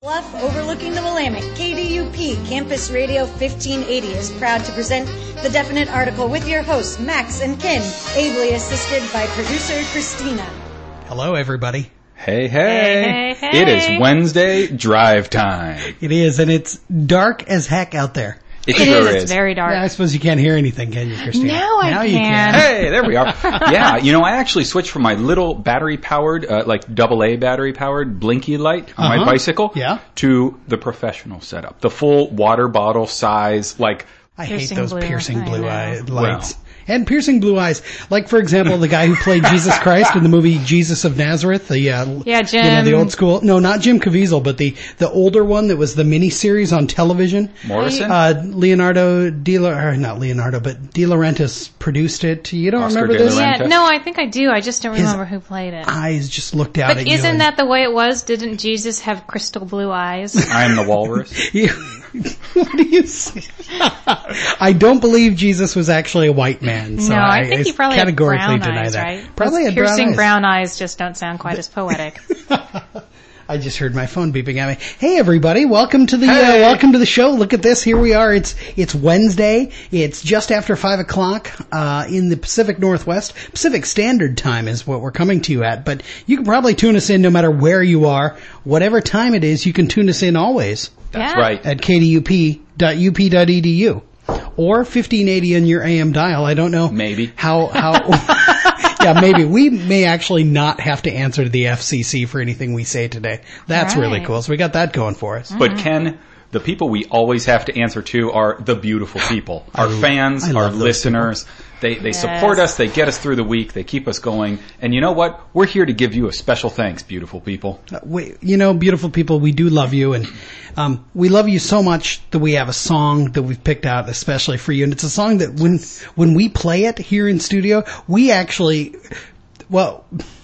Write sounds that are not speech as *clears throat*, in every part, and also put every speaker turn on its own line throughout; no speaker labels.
Bluff overlooking the Willamette, KDUP Campus Radio 1580 is proud to present the definite article with your hosts, Max and Ken, ably assisted by producer Christina.
Hello, everybody.
Hey hey.
Hey, hey,
It is
hey.
Wednesday drive time.
It is, and it's dark as heck out there.
It,
It
sure
is. It's very dark.
I suppose you can't hear anything, can you, Christina?
Now I
you
can.
Hey, there we are. yeah, you know, I actually switched from my little battery powered, uh, like double A battery powered blinky light on
Uh-huh.
my bicycle
Yeah.
to the professional setup. The full water bottle size, like,
I hate
Piercing
those
blue.
piercing
I
blue
know.
eye lights. And piercing blue eyes. Like, for example, the guy who
*laughs*
played Jesus Christ in the movie Jesus of Nazareth, the, uh,
Yeah, Jim.
you know, the old school. No, not Jim Caviezel, but the, the older one that was the miniseries on television.
Morrison?
Uh, Leonardo Di, La- or not Leonardo, but De Laurentiis produced it. You don't
Oscar
remember
De
this?
Laurentiis.
Yeah,
Renta.
no, I think I do. I just don't remember who played it.
Eyes just looked out
But
at you.
isn't
and-
that the way it was? Didn't Jesus have crystal
*laughs*
blue eyes?
I am the walrus.
You- *laughs* what do you say? I don't believe Jesus was actually a white man. So
no,
I,
I think he probably had
categorically
brown
deny
eyes,
that.
right?
Probably had
Those piercing
brown eyes.
brown eyes just don't sound quite
*laughs*
as poetic.
I just heard my phone beeping at me. Hey everybody, welcome to the uh,
Hey.
welcome to the show. Look at this. Here we are. It's it's Wednesday. It's just after five o'clock uh, in the Pacific Northwest. Pacific Standard Time is what we're coming to you at. But you can probably tune us in no matter where you are, whatever time it is. You can tune us in always.
That's
Yeah.
right.
at kdup.up.edu E or 1580 on your AM dial. I don't know.
Maybe.
How, how, yeah, maybe. We may actually not have to answer to the FCC for anything we say today. That's really
Right.
cool. So we got that going for us.
But Ken, the people we always have to answer to are the beautiful
*gasps*
people, our fans,
I love
our
those
listeners. They they support us, they get us through the week, they keep us going. And you know what? We're here to give you a special thanks, beautiful people.
we, you know, beautiful people, we do love you, and um, we love you so much that we have a song that we've picked out especially for you, and it's a song that when when we play it here in studio, we actually, well, *laughs*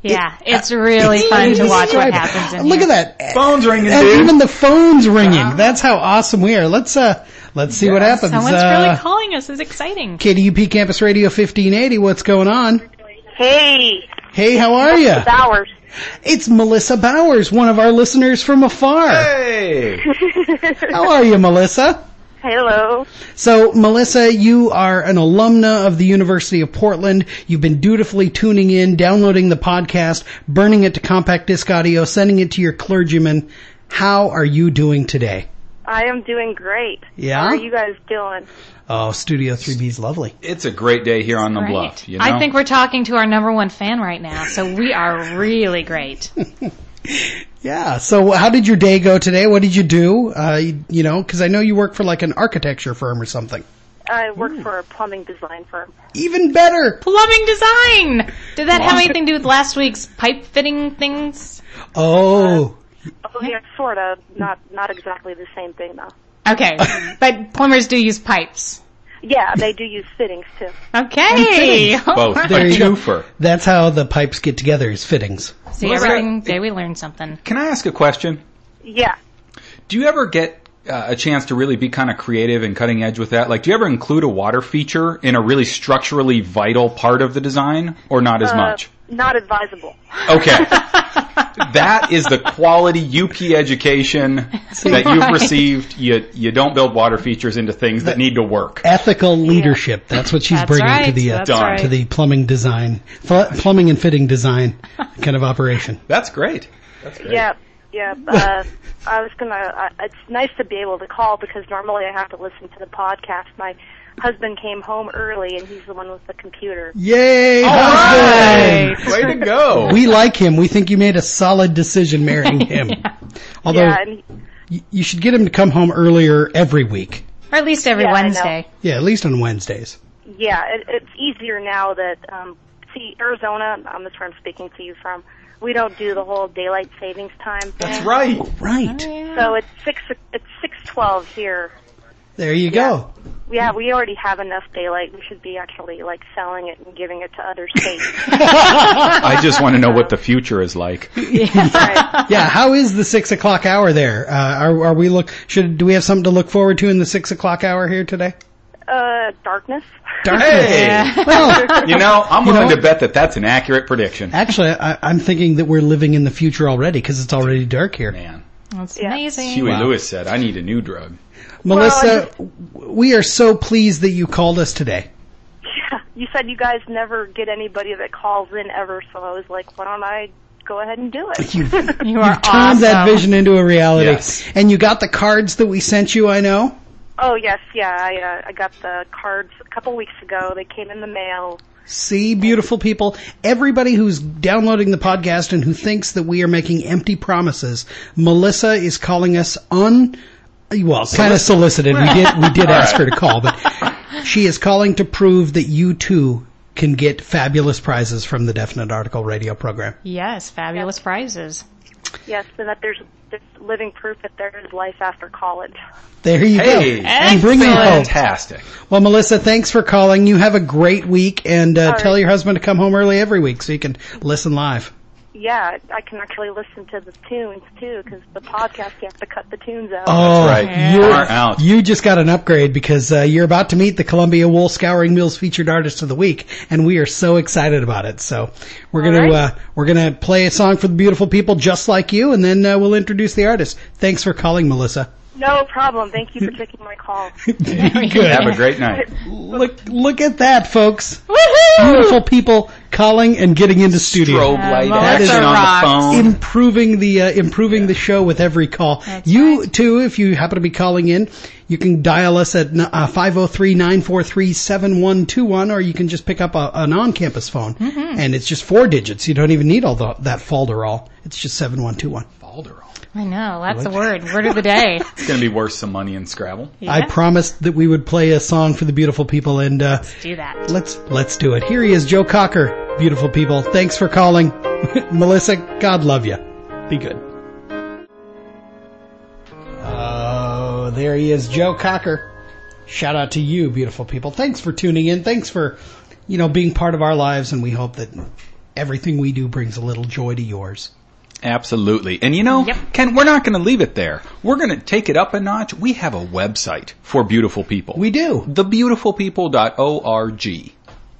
Yeah, it's really fun to watch what happens in
Look
here.
at that.
Phone's ringing,
And
dude.
even the phone's ringing. That's how awesome we are. Let's uh, let's see what happens.
Someone's
uh,
really calling us. It's exciting.
KDUP Campus Radio 1580. What's going on?
Hey,
Hey, how are you?
it's ours.
It's Melissa Bowers, one of our listeners from afar.
Hey!
How are you, Melissa?
Hello.
So, Melissa, you are an alumna of the University of Portland. You've been dutifully tuning in, downloading the podcast, burning it to compact disc audio, sending it to your clergyman. How are you doing today?
I am doing great.
Yeah?
How are you guys doing?
Oh, Studio 3B's lovely.
It's a great day here on the
Right.
bluff. You know?
I think we're talking to our number one fan right now, so we are really great. *laughs*
Yeah. So, how did your day go today? What did you do? Uh, you, you know, because I know you work for like an architecture firm or something.
I work for a plumbing design firm.
Even better.
Plumbing design. Did that have anything to do with last week's pipe fitting things?
Oh,
Oh yeah, sort of. Not not exactly the same thing though.
Okay,
*laughs*
but plumbers do use pipes.
Yeah, they do use fittings too.
Okay.
both.
*laughs* All right.
a
There you go.
twofer.
that's how the pipes get together is fittings.
See, every day we learn something.
Can I ask a question?
Yeah.
Do you ever get uh, a chance to really be kind of creative and cutting edge with that? Like, do you ever include a water feature in a really structurally vital part of the design, or not as
Uh,
much?
Not advisable.
*laughs*
Okay. that is the quality UP education that you've received. You you don't build water features into things that need to work.
Ethical leadership. That's what she's
That's
bringing to
right,
the uh,
that's Done.
to the plumbing design, fl- plumbing and fitting design kind of operation.
That's great. That's great.
Yeah. Yeah. Uh, I was gonna. I, it's nice to be able to call because normally I have to listen to the podcast. My husband came home early and he's the one with the computer.
Yay!
Oh,
Hey, way to go.
We like him. We think you made a solid decision
*laughs*
marrying him. Although
Yeah, and he,
y- you should get him to come home earlier every week.
Or at least every
Yeah, I know.
Wednesday.
Yeah, at least on Wednesdays.
Yeah, it, it's easier now that um, see Arizona. Um, that's where I'm speaking to you from. We don't do the whole daylight savings time. Thing.
That's right.
Right.
So it's six. It's six twelve here.
There you go.
Yeah, we already have enough daylight. We should be actually like selling it and giving it to other states.
*laughs* I just want to know what the future is like.
right.
Yeah. How is the six o'clock hour there? Uh, are, are we look? Should do we have something to look forward to in the six o'clock hour here today?
Uh, darkness. *laughs*
Hey.
Well,
You know, I'm willing
know-
to bet that that's an accurate prediction.
actually, I, I'm thinking that we're living in the future already because it's already dark here.
Man.
That's
Yeah.
amazing.
Huey
Wow.
Lewis said, "I need a new drug."
Well, I
Melissa,
just-
w we are so pleased that you called us today.
Yeah, you said you guys never get anybody that calls in ever, so I was like, why don't I go ahead and do it?
you are
Turn
awesome.
that vision into a reality.
Yes.
And you got the cards that we sent you, I know.
oh yes, yeah, I uh, I got the cards a couple weeks ago. They came in the mail.
See, beautiful people, everybody who's downloading the podcast and who thinks that we are making empty promises, Melissa is calling us on. Well, kind of solicited. We did we *laughs* did ask her to call, but she is calling to prove that you too can get fabulous prizes from the Definite Article radio program.
Yes, fabulous prizes.
Yes, and that there's there's living proof that there is life after college.
There you
Hey.
go. And bring me home.
Excellent.
Fantastic.
Well, Melissa, thanks for calling. You have a great week, and uh,
right.
tell your husband to come home early every week so you can listen live.
Yeah, I can actually listen to the tunes too, because the podcast you have to cut the tunes out.
Oh,
right.
you're
Far out.
You just got an upgrade because uh, you're about to meet the Columbia Wool Scouring Mills featured artist of the week, and we are so excited about it. So we're gonna
right.
uh, we're gonna play a song for the beautiful people just like you, and then uh, we'll introduce the artist. Thanks for calling, Melissa.
No problem. Thank you for taking my call.
Have a great night.
Look look at that, folks!
Woohoo!
Beautiful people calling and getting into studio.
Strobe light
Melissa
action
rocks.
on the phone.
improving the uh, improving the show with every call. you too, if you happen to be calling in, you can dial us at uh, 503-943-7121 or you can just pick up a, an on-campus phone and it's just four digits. You don't even need all the, that folderol. It's just 7121.
Balderall.
I know. That's the word. Word of the day.
It's going to be worth some money in Scrabble.
*laughs* I promised that we would play a song for the beautiful people and uh,
Do that.
let's let's do it. Here he is Joe Cocker. Beautiful people. Thanks for calling. *laughs* Melissa, God love you. Be good. Oh, there he is, Joe Cocker. Shout out to you, beautiful people. Thanks for tuning in. Thanks for, you know, being part of our lives and we hope that everything we do brings a little joy to yours.
Absolutely. And you know,
Yep.
Ken, we're not going to leave it there. We're going to take it up a notch. We have a website for beautiful people.
We do.
Thebeautifulpeople.org.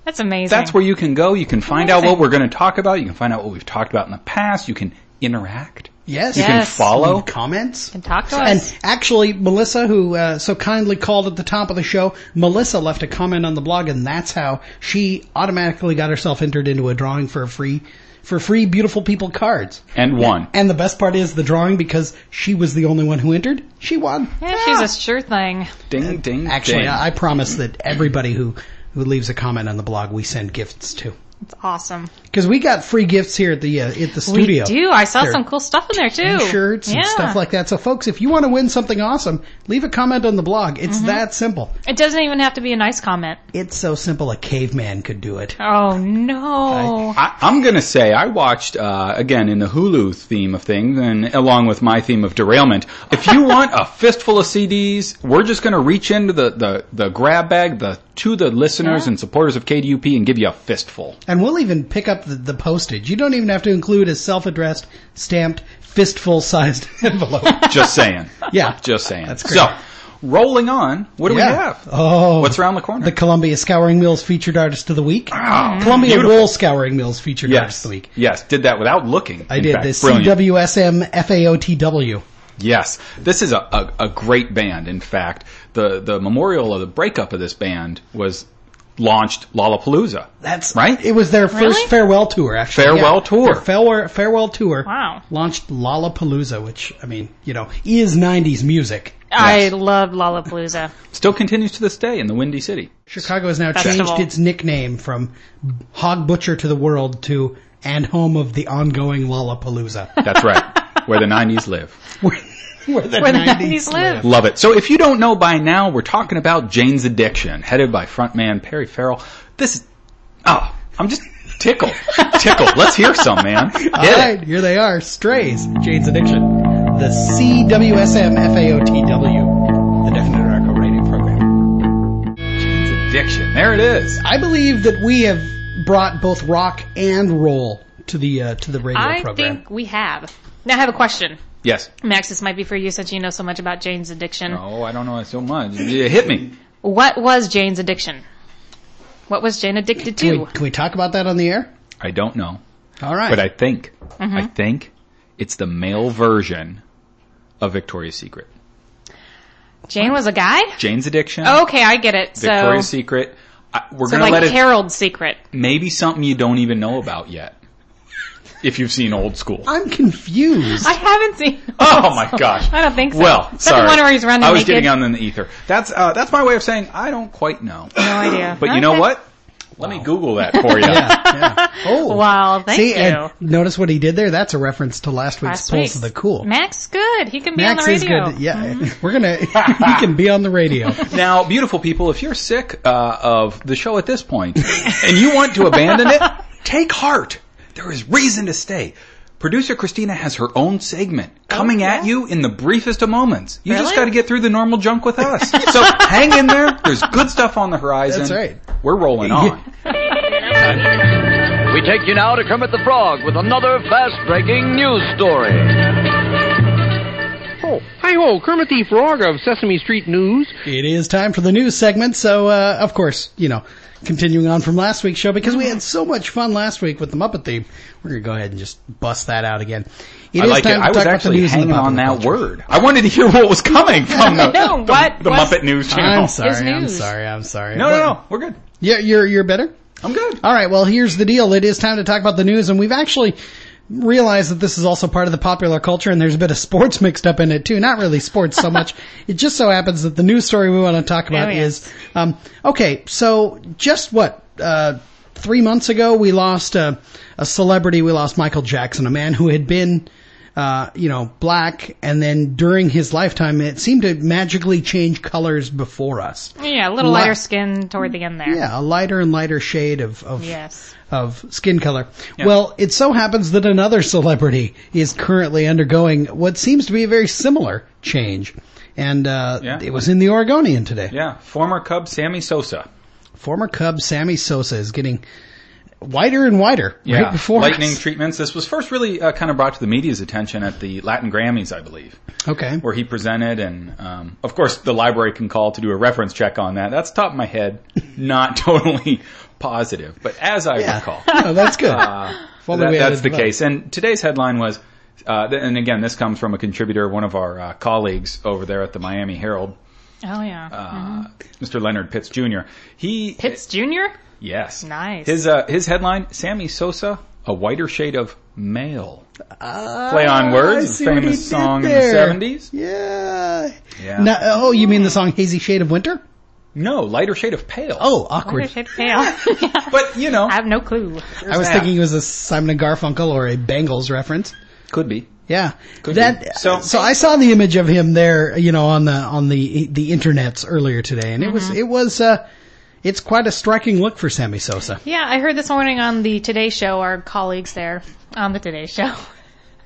That's amazing.
That's where you can go. You can find out
Amazing.
what we're going to talk about. You can find out what we've talked about in the past. You can interact.
Yes.
You can
Yes.
follow.
comments.
And talk to
And
us.
actually, Melissa, who uh, so kindly called at the top of the show, Melissa left a comment on the blog, and that's how she automatically got herself entered into a drawing for a free, for free beautiful people cards.
And one.
And the best part is the drawing because she was the only one who entered. She won.
Yeah, she's
Ah!
a sure thing.
Ding, ding,
Actually,
ding.
I, I promise that everybody who who leaves a comment on the blog, we send gifts to.
It's awesome.
Because we got free gifts here at the uh, at the studio.
We do. I saw
They're
some cool stuff in there too.
T-shirts and
Yeah.
stuff like that. So, folks, if you want to win something awesome, leave a comment on the blog.
Mm-hmm.
It's that simple.
It doesn't even have to be a nice comment.
It's so simple a caveman could do it.
Oh no.
I, I'm gonna say I watched uh, again in the Hulu theme of things, and along with my theme of derailment. If
*laughs*
you want a fistful of CDs, we're just gonna reach into the the, the grab bag, the to the listeners and supporters of KDUP, and give you a fistful.
And we'll even pick up the, the postage. You don't even have to include a self-addressed, stamped, fistful-sized *laughs* envelope.
Just saying.
*laughs* Yeah.
Just saying.
That's great.
So, rolling on. What do we
Yeah.
have?
Oh.
What's around the corner?
The Columbia Scouring Mills Featured Artist of the Week.
Wow.
Columbia
Beautiful.
Wool Scouring Mills Featured Artist
yes.
of the Week.
Yes. Did that without looking.
I
in
did
fact.
the
Brilliant.
CWSM FAOTW.
Yes, this is a, a, a great band. In fact, the the memorial of the breakup of this band was launched Lollapalooza.
That's
right.
It was their first
Really?
farewell tour, actually.
Farewell
yeah.
tour.
Their farewell, farewell tour.
Wow.
Launched Lollapalooza, which I mean, you know, is '90s music.
I love Lollapalooza.
Still continues to this day in the Windy City.
Chicago has now
Festival.
changed its nickname from Hog Butcher to the World to and home of the ongoing Lollapalooza, *laughs*
That's right, where the '90s live.
where, where the
Where the
90s
90s live.
Love it. So if you don't know by now, we're talking about Jane's Addiction, headed by frontman Perry Farrell. This is oh, I'm just tickled, tickled. Let's hear some, man. Get
All
it.
right, here they are, Strays, Jane's Addiction, the CWSM FAOTW, the Definite Article Radio Program.
Jane's Addiction. There it is.
I believe that we have brought both rock and roll to the uh, to the radio
I
program.
think we have. Now I have a question.
Yes.
Max, this might be for you since you know so much about Jane's addiction.
Oh, I don't know so much. Yeah, Hit me.
What was Jane's addiction? What was Jane addicted
can,
to?
we, can we talk about that on the air?
I don't know.
All right.
Mm-hmm.
But I think, I think it's the male version of Victoria's Secret.
Jane was a guy?
Jane's Addiction.
Okay, I get it. Oh, So,
Victoria's Secret. I, we're
so
gonna
like
let it
Harold's secret.
*laughs* maybe something you don't even know about yet. If you've seen old school.
I'm confused.
*laughs* I haven't seen.
*laughs* Oh my gosh!
I don't think so.
Well,
Is that
sorry.
the one where he's running
I was
naked?
getting on in the ether. That's uh, that's my way of saying I don't quite know.
No idea.
But you know
Okay.
what? Let me Google
*laughs*
that for you.
oh,
Wow, thank
See,
you.
and notice what he did there. That's a reference to last week's
Last
Pulse
week's-
of the Cool.
Max, good. He can be
Max
on the
is
radio. Mm-hmm.
good. Yeah, *laughs* we're gonna. he can be on the radio.
Now, beautiful people, if you're sick uh, of the show at this point and you want to abandon it, take heart. There is reason to stay. Producer Christina has her own segment coming at you in the briefest of moments. You just
Oh, Really?
got to get through the normal junk with
*laughs*
us. so hang in there. There's good stuff on the horizon.
That's right.
We're rolling on.
We take you now to Kermit the Frog with another fast breaking news story.
Oh, hi ho, Kermit the Frog of Sesame Street News.
It is time for the news segment. So, uh, of course, you know, continuing on from last week's show because we had so much fun last week with the Muppet theme, we're gonna go ahead and just bust that out again. It
I
is
like it.
time
I
to
was
talk about the
actually
news and
hanging
the
on
popular
that
culture.
word. I wanted to hear what was
*laughs*
coming from the,
No,
the,
what
the
was-
Muppet News channel.
I'm sorry. I'm
news.
sorry. I'm sorry.
No, no, no. We're good.
Yeah, you're you're better.
I'm good.
All right. Well, here's the deal. It is time to talk about the news, and we've actually realized that this is also part of the popular culture, and there's a bit of sports mixed up in it too. Not really sports so *laughs* much. it just so happens that the news story we want to talk about
Oh, yes.
is um, okay. So just what. Uh, Three months ago, we lost a, a celebrity. We lost Michael Jackson, a man who had been, uh, you know, black, and then during his lifetime, it seemed to magically change colors before us.
Yeah, a little
Li-
lighter skin toward the end there.
Yeah, a lighter and lighter shade of of,
Yes.
of skin color. Well, it so happens that another celebrity is currently undergoing what seems to be a very similar change. And uh,
Yeah.
it was in the Oregonian today.
Yeah. Former Cub Sammy Sosa.
Former Cub Sammy Sosa is getting whiter and whiter right before
lightning
us.
treatments. This was first really uh, kind of brought to the media's attention at the Latin Grammys, I believe,
Okay. *laughs*
where he presented, and um, of course the library can call to do a reference check on that. That's top of my head, *laughs* not totally positive, but as I
Yeah.
recall,
No, Oh, that's good. If only
Uh, that-
we had
that's
it
the
developed.
case. And today's headline was, uh, th- and again, this comes from a contributor, one of our uh, colleagues over there at the Miami Herald,
Oh yeah.
uh, Mr. Leonard Pitts Jr. He
Pitts Jr.
yes,
Nice.
His uh, his headline: Sammy Sosa, a whiter shade of male.
Ah,
Play on
I
words,
see
a
what he
famous
did
song in the
there.
seventies.
Yeah.
Yeah.
No- oh, you mean the song Hazy Shade of Winter?
No, lighter shade of pale.
Oh,
*laughs*
awkward.
Pale.
*laughs*
Yeah.
but you know,
*laughs* I have no clue.
I was thinking it was a Simon and Garfunkel or a Bengals reference.
could be.
Yeah,
be.
that. So,
So-
so I saw the image of him there, you know, on the on the the internets earlier today, and it was
Mm-hmm.
it was uh, it's quite a striking look for Sammy Sosa.
Yeah, I heard this morning on the Today Show, our colleagues there on the Today Show, *laughs*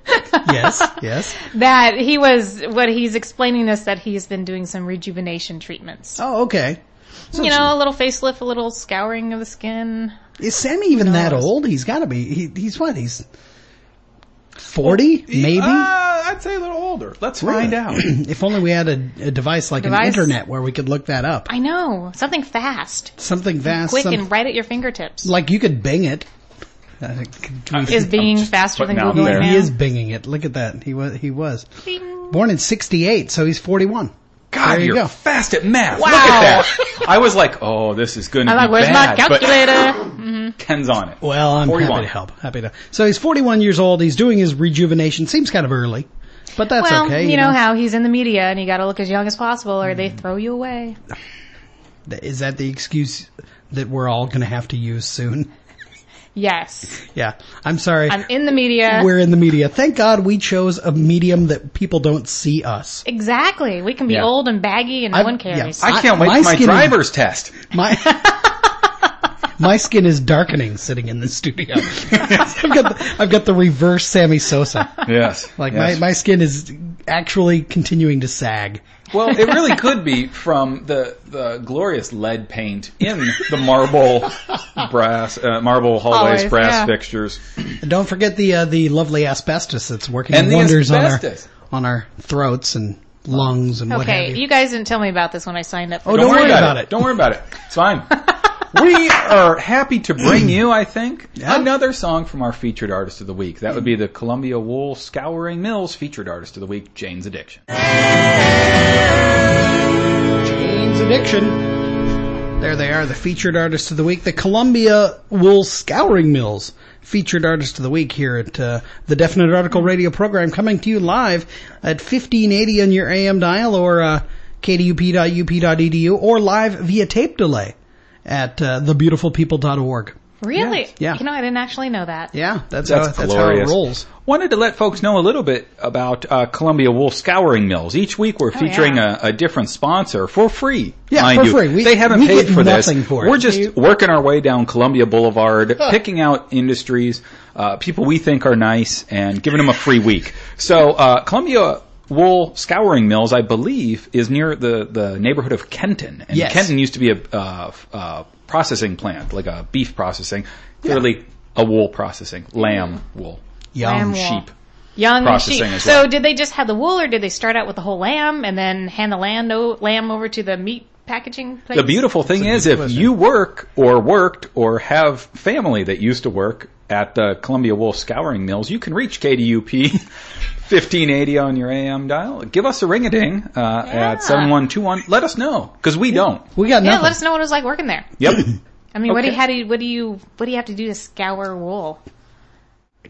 Yes, yes.
that he was what he's explaining this that he's been doing some rejuvenation treatments.
Oh, okay.
you know, a little facelift, a little scouring of the skin.
Is Sammy even that old? He's got to be. He, he's what? He's forty, maybe.
Uh, I'd say a little older. Let's find out.
*clears throat* if only we had a, a device like an
Device?
internet where we could look that up.
I know something fast,
Something vast,
quick,
some-
and right at your fingertips.
like you could bing it. Uh, I think-
is being
just
faster than
putting out
Google
there.
now.
he is binging it. Look at that. He was. He was. Born in 68, so he's 41.
God,
There you
you are
go.
fast at math. Look at that. I was like, oh, this is going to
I'm
be
like, where's
bad.
my
but
calculator?
Ken's on it.
Well, I'm
41.
happy to help. Happy to. So he's 41 years old. He's doing his rejuvenation. Seems kind of early, but that's
well,
okay. Mm.
you, know, how he's in the media, and you got to look as young as possible, or they throw you away.
is that the excuse that we're all going to have to use soon? *laughs*
Yes,
Yeah, I'm sorry.
I'm in the media.
we're in the media. Thank God we chose a medium that people don't see us.
exactly. We can be
Yeah.
old and baggy, and no
I've-
one cares.
yeah,
I can't
I-
wait
my
for my
skin is-
driver's test.
*laughs* My my skin is darkening sitting in the studio. *laughs* I've got the, I've got the reverse Sammy Sosa.
Yes.
Like my, my skin is actually continuing to sag.
Well, it really could be from the the glorious lead paint in the marble brass uh, marble hallways,
Hallways,
brass
yeah.
fixtures.
And don't forget the uh, the lovely asbestos that's working
And the
wonders on our Oh,
asbestos.
on our throats and lungs and what have
okay,
you.
you guys didn't tell me about this when I signed up. For
Oh,
oh,
don't
no.
worry about it. *laughs*
Don't worry about it. It's fine. we are happy to bring you, I think, another song from our featured artist of the week. That would be the Columbia Wool Scouring Mills featured artist of the week, Jane's Addiction.
Jane's Addiction. There they are, the featured artist of the week, the Columbia Wool Scouring Mills featured artist of the week here at uh, the Definite Article Radio program, coming to you live at 1580 on your AM dial or uh, kdup.up.edu E or live via tape delay at uh, thebeautifulpeople.org.
Really?
Yeah.
You know, I didn't actually know that.
Yeah, that's,
That's
how, that's how it
glorious.
rolls.
Wanted to let folks know a little bit about uh, Columbia Wool Scouring Mills. Each week we're featuring
yeah.
a, a different sponsor for free.
Yeah,
mind
for
you.
free. We-
they haven't
we
paid
get
for this.
nothing for it.
we're just
You-
working our way down Columbia Boulevard, picking out industries, uh, people we think are nice, and giving them a free week. So uh, Columbia Wool Scouring Mills, I believe, is near the, the neighborhood of Kenton. And
Yes.
Kenton used to be a uh, f- uh, processing plant, like a beef processing, clearly a wool processing, lamb wool,
Yum.
Lamb wool.
sheep.
Young and
Processing
sheep.
as
So
well.
did they just have the wool, or did they start out with the whole lamb and then hand the land o- lamb over to the meat packaging place?
The beautiful thing is, if you work or worked or have family that used to work at the Columbia Wool Scouring Mills, you can reach *laughs* KDUP 1580 on your AM dial. Give us a ring a ding uh,
Yeah.
at 7121. Let us know because we don't.
We got
Yeah,
nothing.
let us know what it was like working there. *coughs*
Yep.
I mean, what do you,
Okay.
how do you, what do you, what do you have to do to scour wool?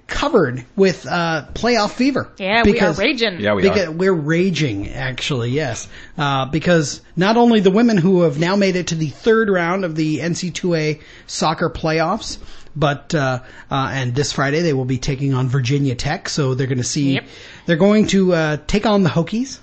Covered with uh, playoff fever.
Yeah,
Because-
we are raging.
yeah, we
Because
are.
we're raging, actually, yes. Uh, because not only the women who have now made it to the third round of the NC2A soccer playoffs, but uh, uh, and this Friday they will be taking on Virginia Tech, so they're going to see
Yep.
they're going to uh, take on the Hokies.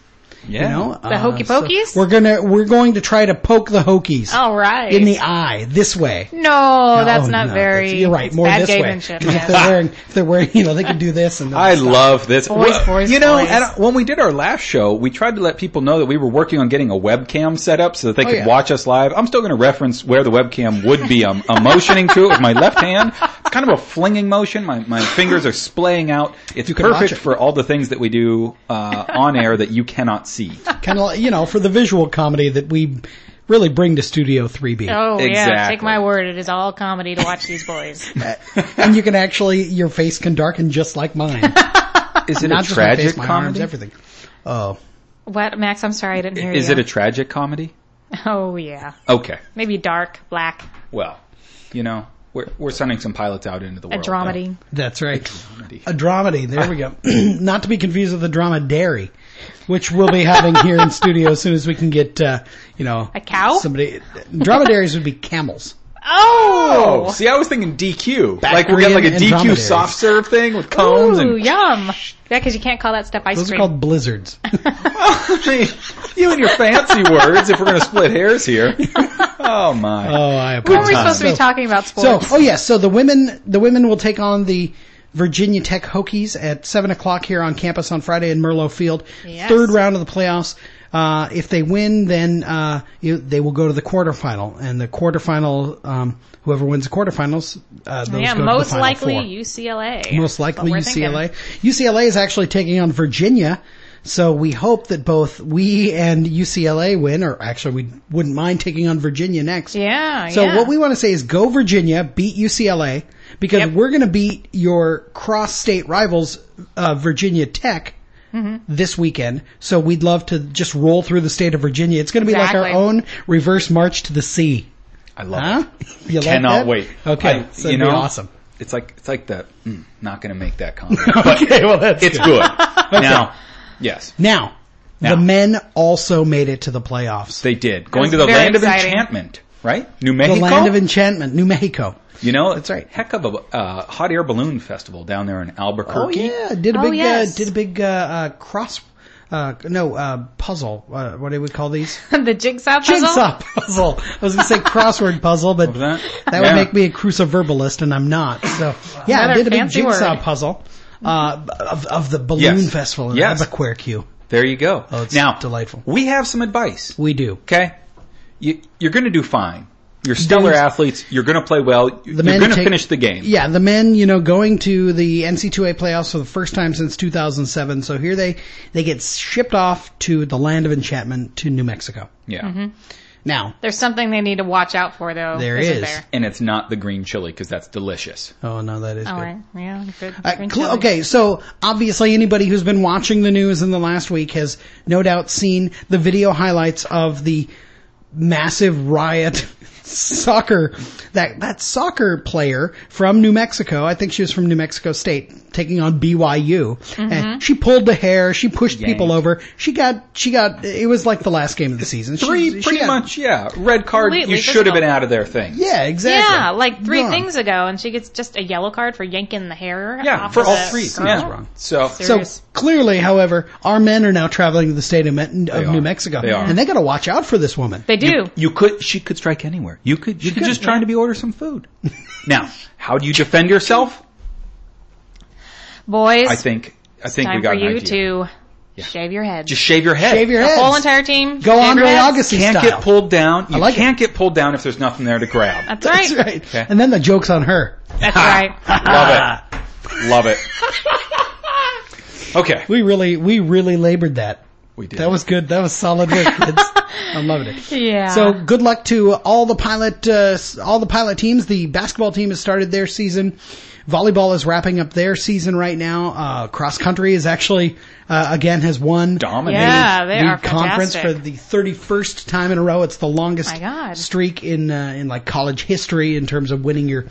Yeah.
You know, the
Hokey Pokies?
we're gonna we're going to try to poke the Hokies
All right.
in the eye this way.
no, that's
Oh,
not
no,
very.
that's- You're right.
it's
More
bad
this way.
gamemanship,
'Cause *laughs* If
yes.
they're wearing, if they're wearing, you know, they can do this. And uh, they'll
I
stop.
love this.
Boys,
Well,
boys,
you know,
boys.
and, uh, when we did our last show, we tried to let people know that we were working on getting a webcam set up so that they could
Oh, yeah.
watch us live. I'm still going to reference where the webcam would be. I'm, I'm motioning to it with my left hand. It's kind of a flinging motion. My, my fingers are splaying out. It's
can watch
perfect
it.
for all the things that we do uh, on air that you cannot
*laughs*
see.
kind of you know for the visual comedy that we really bring to Studio 3B.
Oh yeah,
Exactly.
take my word. It is all comedy to watch these
*laughs*
boys.
and you can actually your face can darken just like
*laughs*
mine.
Is it
Not
a
just my
tragic
face, my arms,
comedy?
everything. Oh,
what, Max? I'm sorry, I didn't hear
Is
you.
it a tragic comedy?
Oh yeah,
Okay.
maybe dark, black,
Well, you know, we're, we're sending some pilots out into the
a
world.
uh,
dramedy.
that's right. A dramedy. There we go. *clears throat* Not to be confused with the drama dairy, which we'll be having here in studio as soon as we can get uh, you know
A cow?
Somebody dromedaries would be camels.
Oh,
Oh, see, I was thinking DQ.
Back
like we're getting like a
Korean and
DQ
dromedaries.
soft serve thing with cones
Ooh,
and.
yum. Yeah, because you can't call that stuff ice
Those are
cream.
called blizzards.
*laughs*
you and
*laughs*
your fancy words. If we're going to split hairs here. Oh my.
Oh, I apologize.
What were we supposed to
So-
be talking about
So,
sports?
oh yeah, so the women, the women will take on the Virginia Tech Hokies at seven o'clock here on campus on Friday in Merlot Field.
Yes.
Third round of the playoffs. Uh, if they win, then uh, you, they will go to the quarterfinal, and the quarterfinal, um, whoever wins the quarterfinals, uh, those
yeah,
go to the
most
final
likely
four.
UCLA.
Most likely
That's what we're
UCLA.
thinking.
UCLA is actually taking on Virginia. So we hope that both we and UCLA win, or actually we wouldn't mind taking on Virginia next.
Yeah.
So
Uh, yeah.
what we want to say is go Virginia, beat UCLA, because
Yep.
we're going to beat your cross-state rivals, uh, Virginia Tech,
Mm-hmm.
this weekend. So we'd love to just roll through the state of Virginia. It's going to be like our
Exactly.
own reverse march to the sea.
I love
Huh?
it.
You like
Oh. Cannot
that?
wait.
Okay,
I-
so it'd be awesome.
It's like it's like that. Mm, not going to
*laughs*
make that comment.
Okay, well that's
It's good.
*laughs*
Now, yes,
now,
Now.
the men also made it to the playoffs.
they did. Going to the
That's very
land
exciting.
of enchantment, right? New
the
Mexico.
land of enchantment, New Mexico.
you know,
That's right.
Heck of a uh, hot air balloon festival down there in
Oh
Albuquerque.
yeah, did a
Oh,
big
yes.
uh, did a big uh, uh, cross. Uh, no, uh, puzzle. Uh, what do we call these?
*laughs* the jigsaw puzzle.
Jigsaw *laughs* puzzle. I was going to say crossword puzzle, but
that?
that,
Yeah.
would make me a cruciverbalist, and I'm not. So, yeah, I
Another
did a big
fancy
jigsaw
word.
puzzle uh, of, of the balloon
Yes.
festival in
Yes.
Albuquerque.
There you go.
Oh, it's
now,
delightful.
We have some advice.
We do.
Okay, you, you're going to do fine. You're stellar
Dudes-
athletes. You're going to play well. You're
men
going to
take-
finish the game.
Yeah, the men, you know, going to the NC2A playoffs for the first time since 2007. So
Mm-hmm.
here they they get shipped off to the land of enchantment to New Mexico.
Yeah.
Now,
There's something they need to watch out for, though.
There
isn't
is.
There?
And it's not the green chili because that's delicious.
oh no, that is
All
good.
right. Yeah. Good.
Uh,
green
cl-
chili.
okay, so obviously anybody who's been watching the news in the last week has no doubt seen the video highlights of the massive riot *laughs* soccer that that soccer player from New Mexico, I think she was from New Mexico State, taking on BYU.
Mm-hmm.
And she pulled the hair, she pushed people over. She got she got it was like the last game of the season. She-
Three,
she
pretty
got-
much, yeah. Red card,
Completely
you should have been
physical.
out of there thing.
Yeah, exactly.
Yeah, like three
Gone.
things ago, and she gets just a yellow card for yanking the hair.
Yeah,
off
for
of
all
the
three.
girl.
yeah. So,
So
Serious.
clearly, however, our men are now traveling to the state of, Me- of New
are.
Mexico,
They are.
and they got to watch out for this woman.
They do.
you could, she could strike anywhere. You could, she could just trying to be order some food.
*laughs*
now, how do you defend yourself?
Boys,
I think, I think we
time
got
for
an
you
idea.
to shave your head.
Just shave your head.
Shave your
the
head.
whole entire
Go
team. shave your
Andre
heads.
Agassi
can't
style.
get pulled down. You
like it.
can't get pulled down if there's nothing there to grab.
That's right.
*laughs* That's right. And then the joke's on her. *laughs*
That's right.
Love it. Love it. Okay.
We really, we really labored that.
We did.
That was good. That was solid work,
*laughs*
kids. I'm loving it.
Yeah.
So good luck to all the pilot, uh, s- all the pilot teams. The basketball team has started their season. Volleyball is wrapping up their season right now. Uh, cross country is actually, uh, again has won.
Dominating.
Yeah, they
league
are
conference
fantastic.
for the 31st time in a row. It's the longest
My God.
streak in uh, in like college history in terms of winning your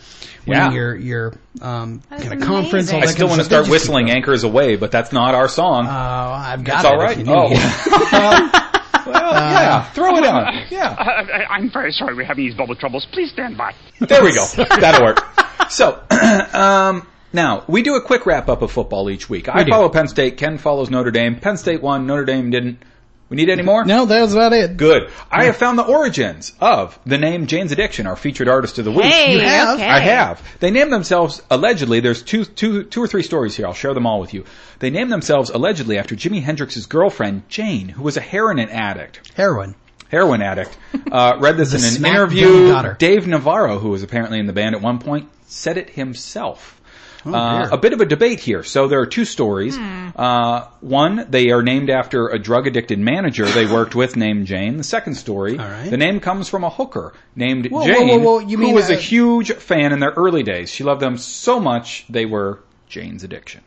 winning
Yeah.
your your um,
is
kind of conference.
amazing.
All
I
that
still
kind
want
of stuff.
to start
They just keep
whistling "Anchors Away," but that's not our song.
Oh, I've got
That's
it
all
if
right.
you need
Oh,
it.
*laughs* well, yeah. Throw it on. Yeah,
Uh, I'm very sorry we're having these bubble troubles. Please stand by.
there *laughs* we go. That'll work. So, *clears throat* um, now we do a quick wrap up of football each week. I
do.
follow Penn State. Ken follows Notre Dame. Penn State won. Notre Dame didn't. We need any
*laughs*
more?
No, that was about it.
Good. I have found the origins of the name Jane's Addiction, our featured artist of the week.
Hey,
You have?
okay.
I have. They named themselves allegedly. There's two, two, two or three stories here. I'll share them all with you. They named themselves allegedly after Jimi Hendrix's girlfriend Jane, who was a heroin addict.
Heroin.
Heroin addict.
*laughs*
Uh, read this in an
smack
interview.
dab daughter.
Dave Navarro, who was apparently in the band at one point, said it himself. Uh,
Oh, dear. Hmm.
a bit of a debate here. So there are two stories. Uh, one, they are named after a drug addicted
*laughs*
manager they worked with named Jane. The second story,
right.
the name comes from a hooker named
whoa,
Jane,
whoa, whoa, you
who
mean,
was
uh,
a huge fan in their early days. She loved them so much they were Jane's addiction.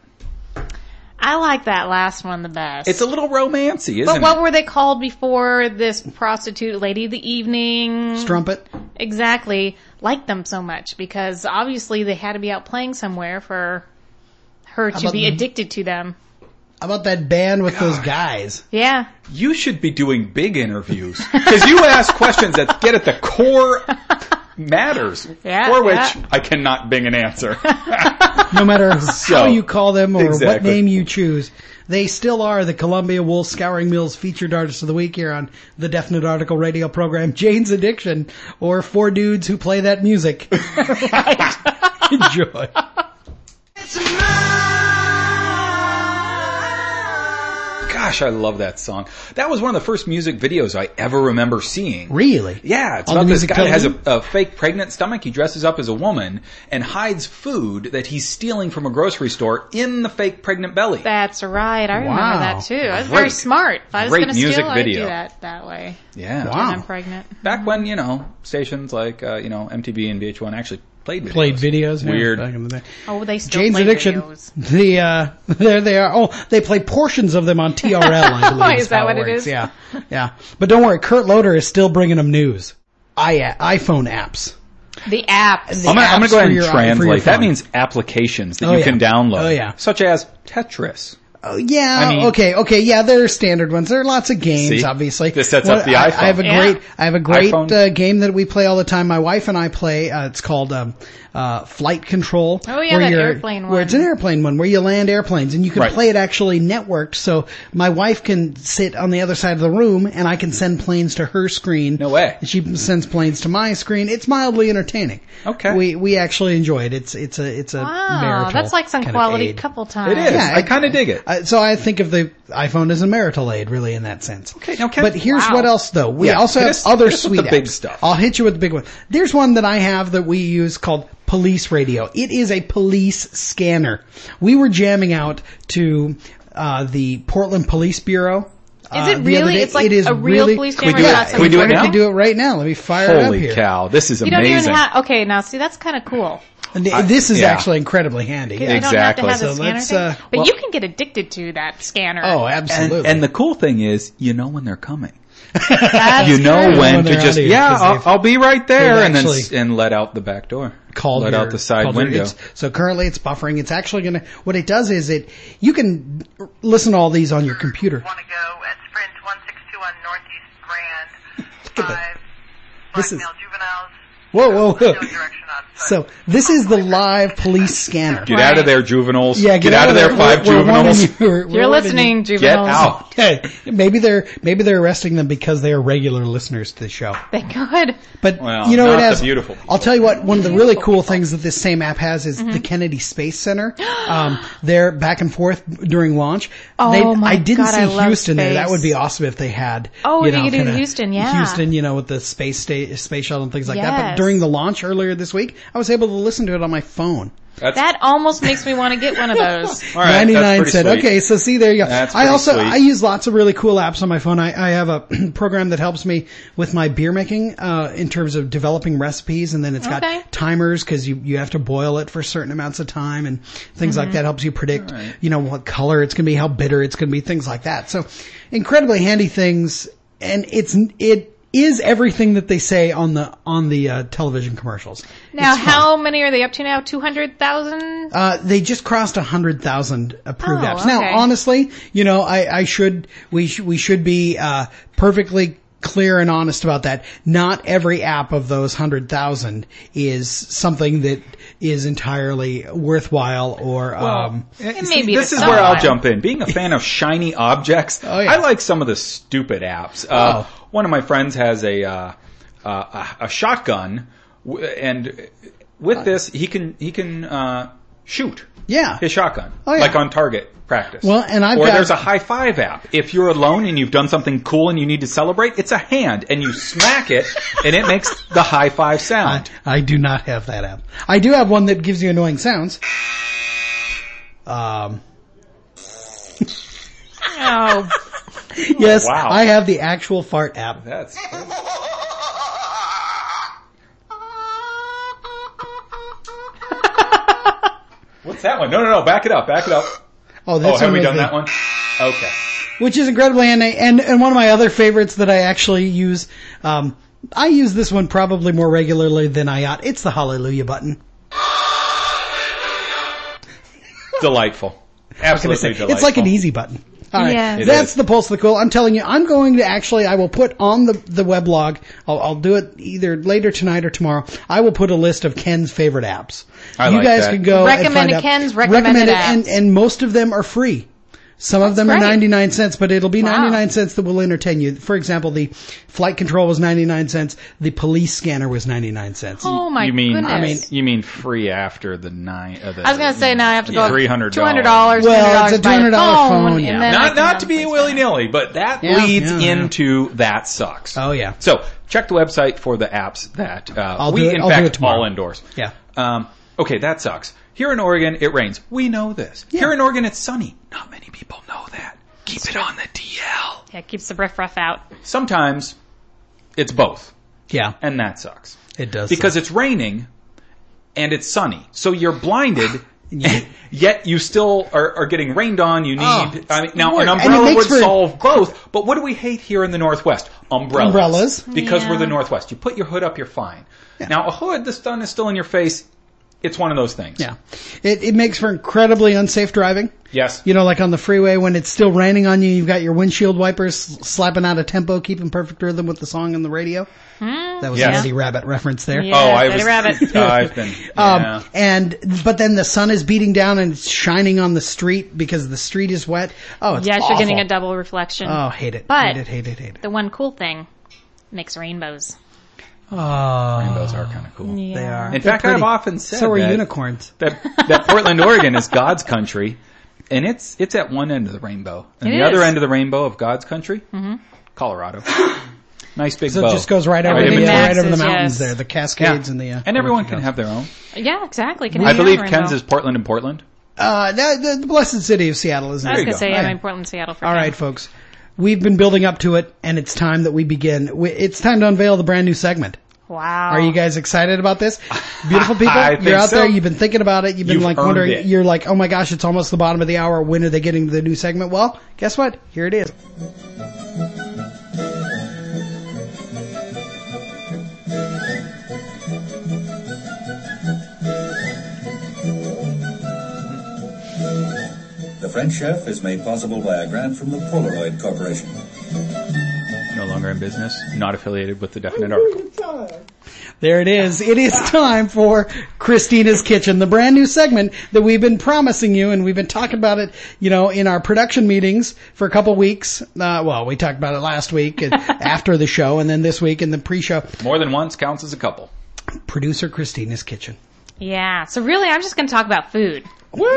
I like that last one the best.
It's a little romancy, isn't
but what
it?
were they called before this prostitute lady of the evening?
Strumpet.
exactly liked them so much because obviously they had to be out playing somewhere for her to
about
be
them?
addicted to them.
How about that band with those guys?
Yeah.
you should be doing big interviews because you ask questions that get at the core matters
Yeah,
for which
yeah.
I cannot bing an answer. *laughs*
No matter how you call them or what
exactly.
name you choose, they still are the Columbia Wool Scouring Mills featured artist of the week here on the Definite Article radio program, Jane's Addiction, or Four Dudes Who Play That
*laughs*
Music. Enjoy.
Gosh, I love that song. That was one of the first music videos I ever remember seeing.
Really?
Yeah, it's
On
about
the
this
music
guy that has a,
television?
a fake pregnant stomach. He dresses up as a woman and hides food that he's stealing from a grocery store in the fake pregnant belly.
That's right. I remember
Wow.
that too. I was very
Great.
smart. If I was
Great
going to
music
steal, I'd do
video.
that that way.
Yeah.
Wow.
I'm pregnant.
Back when, you know, stations like, uh, you know, MTV and VH1 actually played videos.
Played videos. yeah,
Weird.
back in the day.
Oh, they still
Jane's
play
Addiction.
videos.
The uh, *laughs* there they are. Oh, they play portions of them on TRL. I
*laughs*
believe
Is that
how
what it
works.
is?
Yeah, yeah. But don't worry, Kurt Loder is still bringing them news. I uh, iPhone apps.
The apps.
I'm gonna, I'm gonna go
apps for your- for
ahead and
your
translate. That
phone.
means applications that
Oh,
you
yeah.
can download.
Oh, yeah.
Such as Tetris.
Oh, yeah.
I mean-
okay. Okay. Yeah. There are standard ones. There are lots of games,
See?
obviously.
This sets up the
I,
iPhone.
I have a
Yeah.
great. I have a great
iPhone.
uh, game that we play all the time. My wife and I play. Uh, it's called um, uh, Flight Control.
Oh, yeah, that
you're-
airplane
Where
one.
it's an airplane one, where you land airplanes, and you can
Right.
play it actually networked. So my wife can sit on the other side of the room, and I can send planes to her screen.
No way.
She sends planes to my screen. It's mildly entertaining.
Okay.
We we actually enjoy it. It's it's a it's a
Wow,
marital
Ah, that's like some
kind of
quality
aid.
couple time.
It is.
Uh, Yeah,
I
it-
kind of dig it.
Uh, so I think of the iPhone as a marital aid, really, in that sense.
Okay, now, Ken-
but here's
Wow.
what else though. We
Yeah,
also
hit
have
us-
other
hit us with
sweet
the big
apps.
stuff.
I'll hit you with the big one. There's one that I have that we use called Police Radio. It is a police scanner. We were jamming out to uh, the Portland Police Bureau.
Is
Uh,
it
the
really?
other day-
it's like
it is
a real
really-
police
Can
we
camera.
do
yeah,
it-
that's
can we
like-
do it
I
now?
can do it right now. Let me fire it up
Holy
here.
cow! This is
You don't
amazing.
even have. Okay, now see, that's kind of cool.
And th- this is
yeah.
actually incredibly handy.
You
Yeah.
don't have to
Exactly.
have the
So
scanner
let's,
thing.
uh,
but
well-
you can get addicted to that scanner.
Oh,
and,
absolutely.
and the cool thing is, you know when they're coming.
That's
*laughs* you know
true.
when,
When
to
they're
just
out of here,
yeah,
'cause
I'll,
they've-
I'll be right there,
they've
and then
actually
s- and let out the back door,
called
let
your-
out the side
called your-
window.
it's- so currently it's buffering. It's actually going to, what it does is it, you can listen to all these on your computer.
want to go at Sprint 1621 Northeast
*laughs*
Grand.
at that.
Five
This
black
is-
male juveniles.
Whoa, whoa, whoa.
No direction on foot.
So this is the live police scanner.
Get out of there, juveniles!
Yeah,
get, out, of there, 5
We're- we're warning
juveniles!
you. We're- we're
You're
warning you.
listening,
Get
juveniles. *laughs*
out!
Hey, maybe they're maybe they're arresting them because they are regular listeners to the show.
They could.
But
Well,
you know
not
it
the
has
beautiful people.
I'll tell you what. One of the really cool things that this same app has is
Mm-hmm.
the Kennedy Space Center. Um, they're back and forth during launch.
Oh
they,
my
I didn't
God,
see
I love
Houston there. That
space.
would be awesome if they had.
Oh,
you
if
know,
you could do
kinda
Houston, yeah.
Houston, you know, with the space sta- space shuttle and things like that. But
Yes.
during the launch earlier this week, I was able to listen to it on my phone.
That's,
That almost makes me want to get one of those.
all right, that's
99
pretty
said,
sweet.
okay, so see, there you go.
That's
I
pretty
also,
sweet.
I use lots of really cool apps on my phone. I, I have a *clears throat* program that helps me with my beer making, uh, in terms of developing recipes and then it's got
Okay.
timers because you, you have to boil it for certain amounts of time and things like that helps you predict, you know, what color it's going to be, how bitter it's going to be, things like that. So incredibly handy things. And it's, it is everything that they say on the, on the, uh, television commercials.
Now,
It's fun.
how many are they up to now? 200,000?
Uh, they just crossed a hundred thousand approved
Oh,
apps. Now,
okay.
honestly, you know, I, I should we sh- we should be uh, perfectly clear and honest about that. Not every app of those hundred thousand is something that is entirely worthwhile or um,
It
Eh, See,
may be
this
to
is where I'll
someone.
jump in. Being a fan of shiny objects,
Oh, yeah. Oh.
I like some of the stupid apps. Uh, One of my friends has a uh, uh, a, a shotgun, w- and with this, he can he can uh, shoot.
Uh, Yeah.
his shotgun,
Oh, yeah.
like on target practice.
Well, and I've
or
got-
there's a high five app. If you're alone and you've done something cool and you need to celebrate, it's a hand, and you smack it, and it makes the high five
I, *laughs*
sound.
I do not have that app. I do have one that gives you annoying sounds. Um,
Oh,
yes,
wow.
I have the actual fart
*laughs*
app.
That's what's that one? No, no, no. Back it up. Back it up.
Oh,
Oh,
that's
have we
was
done
the-
that one? Okay.
which is incredibly handy. And and one of my other favorites that I actually use, um, I use this one probably more regularly than I ought. It's the Hallelujah button.
Delightful.
Can I say?
Absolutely delightful.
It's like an easy button. All right.
Yes. It
That's
is.
the pulse of the cool. I'm telling you, I'm going to actually, I will put on the, the weblog, I'll, I'll do it either later tonight or tomorrow. I will put a list of Ken's favorite apps.
I
you
like
guys
that.
can go and find
Recommended
out-
Ken's recommended apps.
And, and most of them are free. Some of them are
great.
99 cents, but it'll be
Wow.
99 cents that will entertain you. For example, the flight control was 99 cents. The police scanner was 99 cents. *laughs*
oh my
you mean
goodness.
I mean you mean free after the nine? Uh, the,
I was going to say now I have to go
three hundred
$200. $200
Well, it's a
buy
$200 phone,
and
yeah.
then I
Not
can
not
have
to be
this.
willy nilly, but that
Yeah.
leads
Yeah, yeah.
into that sucks.
Oh, yeah.
So check the website for the apps that uh,
I'll
we
do it-
in
I'll do it
fact
tomorrow.
all endorse.
Yeah.
Um, okay, that sucks. Here in Oregon, it rains. We know this. Here in Oregon, it's sunny. Not many people know that. Keep it on the DL.
Yeah, keeps the riffraff out.
Sometimes it's both,
Yeah.
and that sucks
It does.
because it's raining and it's sunny. So
*laughs*
you're blinded. Yet you still are, are getting rained on. You need.
Oh,
I mean, now
work.
an
And it
umbrella
makes
would
for-
solve both. But what do we hate here in the Northwest? Umbrellas.
Umbrellas.
Because we're
Yeah.
the Northwest. You put your hood up, you're fine. Now a hood, the sun is still in your face. It's one of those things.
Yeah. It, it makes for incredibly unsafe driving.
Yes.
You know, like on the freeway when it's still raining on you, you've got your windshield wipers slapping out a tempo, keeping perfect rhythm with the song on the radio. That was
Yes.
an Eddie Rabbit reference there.
Hmm. Yeah,
Oh, I
Betty
was. *laughs*
Rabbit.
I've been.
*laughs* Um,
yeah.
and, but then the sun is beating down and it's shining on the street because the street is wet. Oh, it's
yes,
awful.
you're getting a double reflection.
Oh, hate it.
But-
hate it, hate it, hate it.
The one cool thing makes rainbows.
Oh,
Those are kind of cool.
they are.
In fact, I've often said
so are
that-
unicorns.
that that Portland, Oregon is God's country, and it's it's at one end of the rainbow, and
It
the other
is. Mm-hmm.
end of the rainbow of God's country,
*laughs*
Colorado. Nice big
So
bow.
it just goes right over,
in
the,
between.
right over the
Maxes,
mountains
yes.
there, the
Yeah.
Cascades and the. Uh,
and everyone can have their own.
Yeah, exactly. Can
I
have your
believe
own
Ken's
rainbow.
is Portland and Portland.
Uh, the, the blessed city of Seattle is
I was
there.
going
you
to
go.
say, I'm
Yeah.
in Portland, Seattle for
All
Ken.
right, folks. We've been building up to it, and it's time that we begin. W- It's time to unveil the brand new segment.
Wow.
Are you guys excited about this?
*laughs*
Beautiful people,
Oh. I think
you're out
so.
there, you've been thinking about it, you've been
You've
like
earned
wondering,
it.
you're like, oh my gosh, it's almost the bottom of the hour, when are they getting to the new segment? Well, guess what? Here it is.
The French Chef is made possible by a grant from the Polaroid Corporation.
No longer in business, not affiliated with the definite article.
There it is. It is time for Christina's Kitchen, the brand new segment that we've been promising you, and we've been talking about it, you know, in our production meetings for a couple weeks. Uh, well, we talked about it last week and after the show, and then this week in the pre-show.
More than once counts as a couple.
Producer Christina's Kitchen.
Yeah. So really, I'm just going to talk about food.
Woo!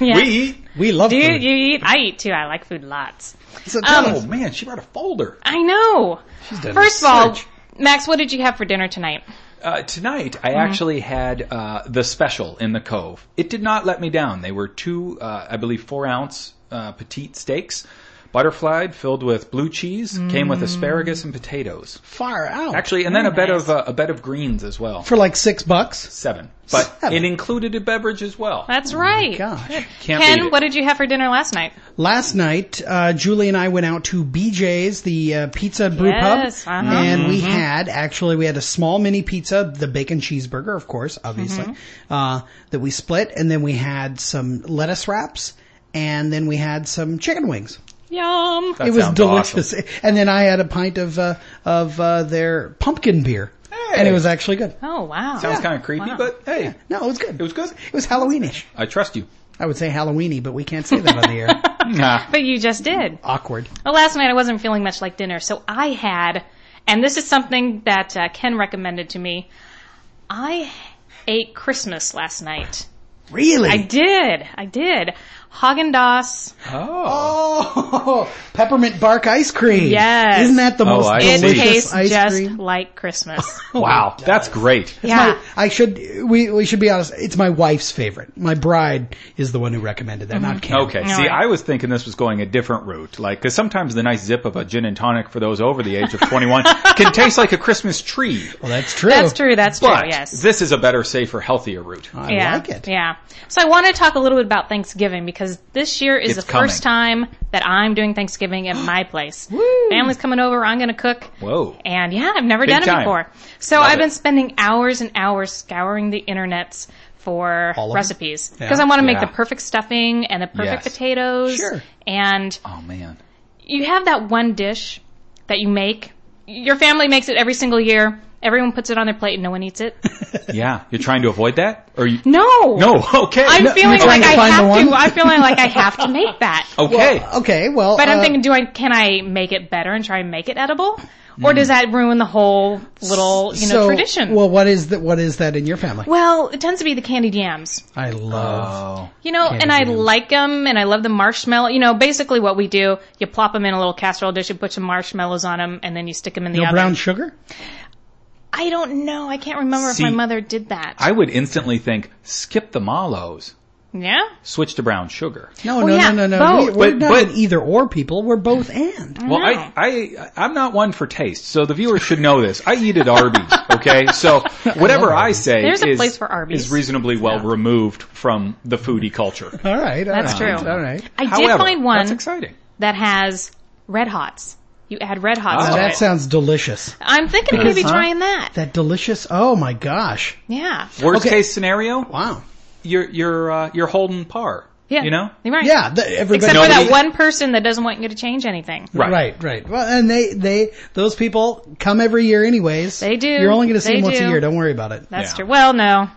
Yeah.
We eat.
We love
Do you,
food.
you eat? I eat too. I like food lots.
So- oh man, she brought a folder.
I know.
done
First of all,
research.
Max, what did you have for dinner tonight?
Uh, tonight,
Mm-hmm.
I actually had uh, the special in the Cove. It did not let me down. They were two, uh, I believe, four ounce uh, petite steaks, butterflied, filled with blue cheese, came with asparagus and potatoes.
Mm.
Far out.
Actually, and then a bed of uh, a bed of greens as well.
for like six bucks.
Seven, but
Seven.
it included a beverage as well.
That's
Oh
right.
Gosh.
Can't beat
Ken,
it.
what did you have for dinner last night?
Last night, uh, Julie and I went out to BJ's, the uh, pizza brew
Yes,
pub,
uh-huh.
and
Mm-hmm.
we had actually we had a small mini pizza, the bacon cheeseburger, of course, obviously,
Mm-hmm.
uh, that we split, and then we had some lettuce wraps, and then we had some chicken wings.
Yum.
That
it was
sounds
delicious,
awesome.
*laughs* and then I had a pint of uh, of uh, their pumpkin beer, and it was actually good.
Oh wow.
Sounds kind of creepy,
Wow.
but hey,
No, it was good.
It was good?
It was Halloweenish.
I trust you.
I would say Halloweeny, but we can't say that on the
*laughs*
air.
Nah.
But you just did.
Awkward.
Well, last night I wasn't feeling much like dinner, so I had, and this is something that uh, Ken recommended to me. I ate Christmas last night.
Really?
I did. I did. Haagen Dazs.
Oh.
Oh, *laughs* peppermint bark ice cream.
Yes.
Isn't that the
Oh,
most
I
It
see.
delicious
tastes
ice
just
cream? Oh
like
*laughs*
Christmas.
Wow, that's great.
yeah.
I should we we should be honest. It's my wife's favorite. My bride is the one who recommended that,
Mm-hmm.
not Cam.
Okay, see, I was thinking this was going a different route. Like, because sometimes the nice zip of a gin and tonic for those over the age
*laughs*
of 21 can taste like a Christmas tree.
Well, that's true.
That's true. That's true.
But
Yes.
this is a better, safer, healthier route.
I
yeah.
like it.
Yeah. So I want to talk a little bit about Thanksgiving because this year is
It's
the first time that I'm doing Thanksgiving
*gasps*
at my place. Family's coming over. I'm going to cook.
Whoa.
And yeah, I've never
Big
done it
time.
before. So
Love
I've been
it.
spending hours and hours scouring the internets for
All of them?
recipes
Yeah.
because I want to make
Yeah.
the perfect stuffing and the perfect
Yes.
potatoes.
Sure.
And
Oh, man.
you have that one dish that you make. Your family makes it every single year. Everyone puts it on their plate and no one eats it.
*laughs*
Yeah. You're trying to avoid that? Or you...
No.
No, okay.
I'm
No,
feeling
trying
like
to
I
find the
have
one?
to. I'm feeling like I
*laughs*
have to make that.
Okay.
Okay. Well,
But I'm
uh,
thinking, do I can I make it better and try and make it edible, or does that ruin the whole little you know
Hmm. so,
tradition?
Well, what is that? What is that in your family?
Well, it tends to be the candied yams.
I love.
oh.
You know, and I like them, and I love the marshmallow. You know, basically what we do, you plop them in a little casserole dish, you put some marshmallows on them, and then you stick them in the
no
oven.
brown sugar.
I don't know. I can't remember
See,
if my mother did that.
I would instantly think, skip the mallows,
yeah?
switch to brown sugar.
No,
Well,
no,
yeah,
no, no, no. We,
both. Mm.
we're
But-
not
but-
an either or people. We're both and.
Well, I, I, I'm not one for taste, so the viewers should know this. I eat at Arby's, okay?
*laughs*
So whatever I, say
There's a
is,
place for Arby's.
is reasonably well removed from the foodie culture.
All right. all
That's
right,
true.
All right.
I did
However,
find one
That's exciting.
that has red hots. You add red hots
Oh.
to
Now, that
it.
sounds delicious.
I'm thinking of
Because-
maybe
Huh?
trying that.
That delicious. Oh my gosh.
Yeah.
Worst
Okay.
case scenario,
Wow.
you're you're uh, you're holding par.
Yeah.
You know.
You're right.
Yeah. The, everybody.
Except for
Nobody-
that one person that doesn't want you to change anything.
Right.
Right, right. Well, and they, they, those people come every year anyways.
They do.
You're only going to see
They
them once a
do.
year. Don't worry about it.
That's
Yeah.
true. Well, no.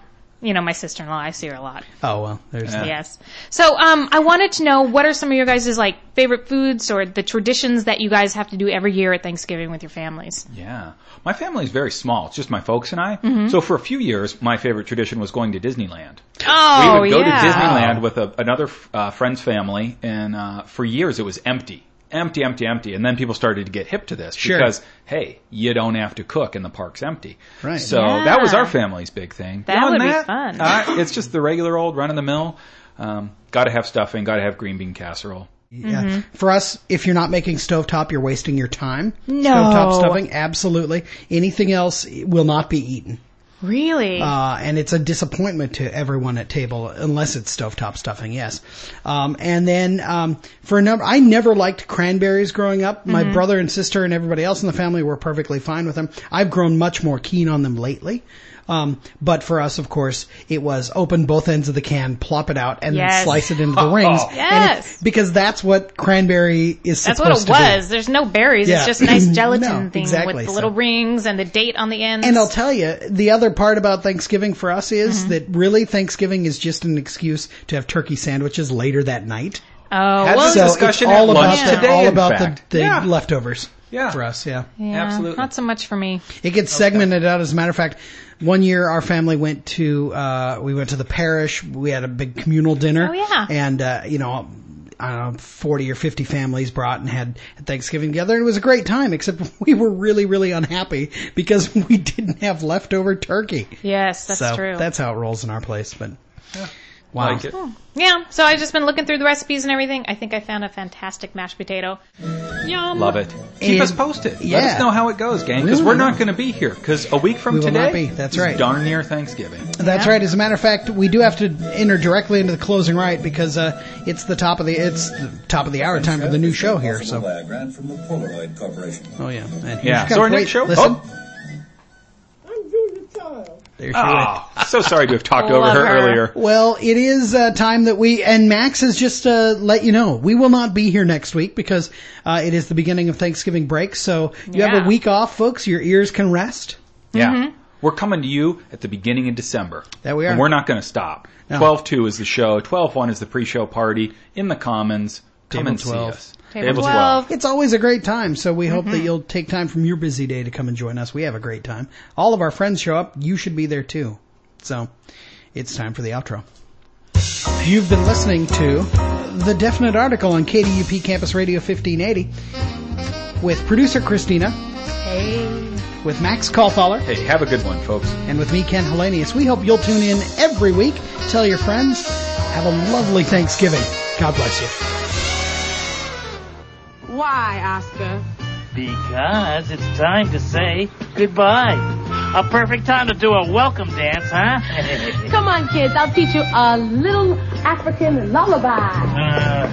You know, my sister-in-law, I see her a lot.
Oh, well, there's that.
Yes. So, um, I wanted to know what are some of your guys' like favorite foods or the traditions that you guys have to do every year at Thanksgiving with your families?
Yeah. My family's very small. It's just my folks and I.
Mm-hmm.
So for a few years, my favorite tradition was going to Disneyland.
Oh,
we would go
yeah.
to Disneyland with a, another f- uh, friend's family, and uh, for years it was empty, empty, empty, empty. And then people started to get hip to this
Sure.
because hey, you don't have to cook, and the park's empty.
Right.
So
Yeah.
that was our family's big thing.
That
Beyond
would be
that,
fun.
Uh, it's just the regular old run of the mill. Um, got to have stuffing. Got to have green bean casserole.
Mm-hmm.
Yeah.
Mhm.
For us, if you're not making stovetop, you're wasting your time.
No.
Stovetop stuffing, absolutely. Anything else will not be eaten.
Really?
Uh, and it's a disappointment to everyone at table, unless it's stovetop stuffing, yes. Um, and then, um, for a number, I never liked cranberries growing up. My
Mm-hmm.
Mhm.
brother and sister and everybody else in the family were perfectly fine with them. I've grown much more keen on them lately. Um, but for us, of course, it was open both ends of the can, plop it out, and then
Yes.
slice it into the rings. And it's-
*laughs* Yes.
because that's what cranberry is
That's what
supposed
it
to be.
was. There's no berries.
Yeah.
It's just nice
*clears throat*
gelatin
No,
thing
exactly,
with the
so-
little rings and the date on the end.
And I'll tell you, the other part about Thanksgiving for us is
Mm-hmm.
that really Thanksgiving is just an excuse to have turkey sandwiches later that night.
Oh,
Had
well,
this
so
discussion
it's all
at lunch
about the,
today,
all
in
about
fact.
the, the
Yeah.
leftovers.
Yeah.
for us, yeah,
yeah, Not so much for me.
It gets segmented out. As a matter of fact, one year our family went to uh, we went to the parish. We had a big communal dinner.
Oh, yeah.
and uh, you know. I don't know, 40 or 50 families brought and had Thanksgiving together. It was a great time, except *laughs* we were really, really unhappy because *laughs* we didn't have leftover turkey.
Yes, that's
so
true.
That's how it rolls in our place, but. Wow.
Like it.
yeah. So I've just been looking through the recipes and everything. I think I found a fantastic mashed potato. Yum.
Love it. Keep
And-
us posted.
yeah.
Let us know how it goes, gang, because
We
we're
will.
not going to be here. Because a week from
We will
today,
not be. That's
is
right.
darn near Thanksgiving.
That's right. As a matter of fact, we do have to enter directly into the closing right because uh, it's the top of the it's the top of the hour time for the new show here. So,
By a grant from the Polaroid Corporation.
oh yeah, and
Yeah.
here's-
So our
wait,
next show- Oh.
Listen, Oh. there she went.
Oh, so sorry to have talked over
Love
her,
her.
earlier.
Well, it is uh, time that we and Max has just uh, let you know we will not be here next week because uh, it is the beginning of Thanksgiving break. So you have
Yeah.
a week off, folks. Your ears can rest.
Yeah.
Mm-hmm.
We're coming to you at the beginning of December.
That we are.
And we're not going to stop.
No.
12 2 is the show, 12 1 is the pre show party in the Commons. Come
Table
and
12.
see us. twelve.
It's always a great time, so we hope that you'll take time from your busy day to come and join us. We have a great time. All of our friends show up. You should be there too. So it's time for the outro. You've been listening to The Definite Article on KDUP Campus Radio 1580 with producer Christina,
Hey.
with Max Callfaller,
Hey, have a good one, folks.
and with me, Ken Hellenius. We hope you'll tune in every week. Tell your friends. Have a lovely Thanksgiving. God bless you.
Why, Oscar?
Because it's time to say goodbye. A perfect time to do a welcome dance, huh?
*laughs* Come on, kids. I'll teach you a little African lullaby.
Uh,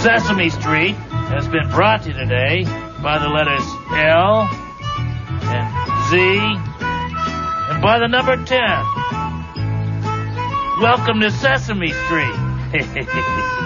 Sesame Street has been brought to you today by the letters L and Z and by the number 10. Welcome to Sesame Street.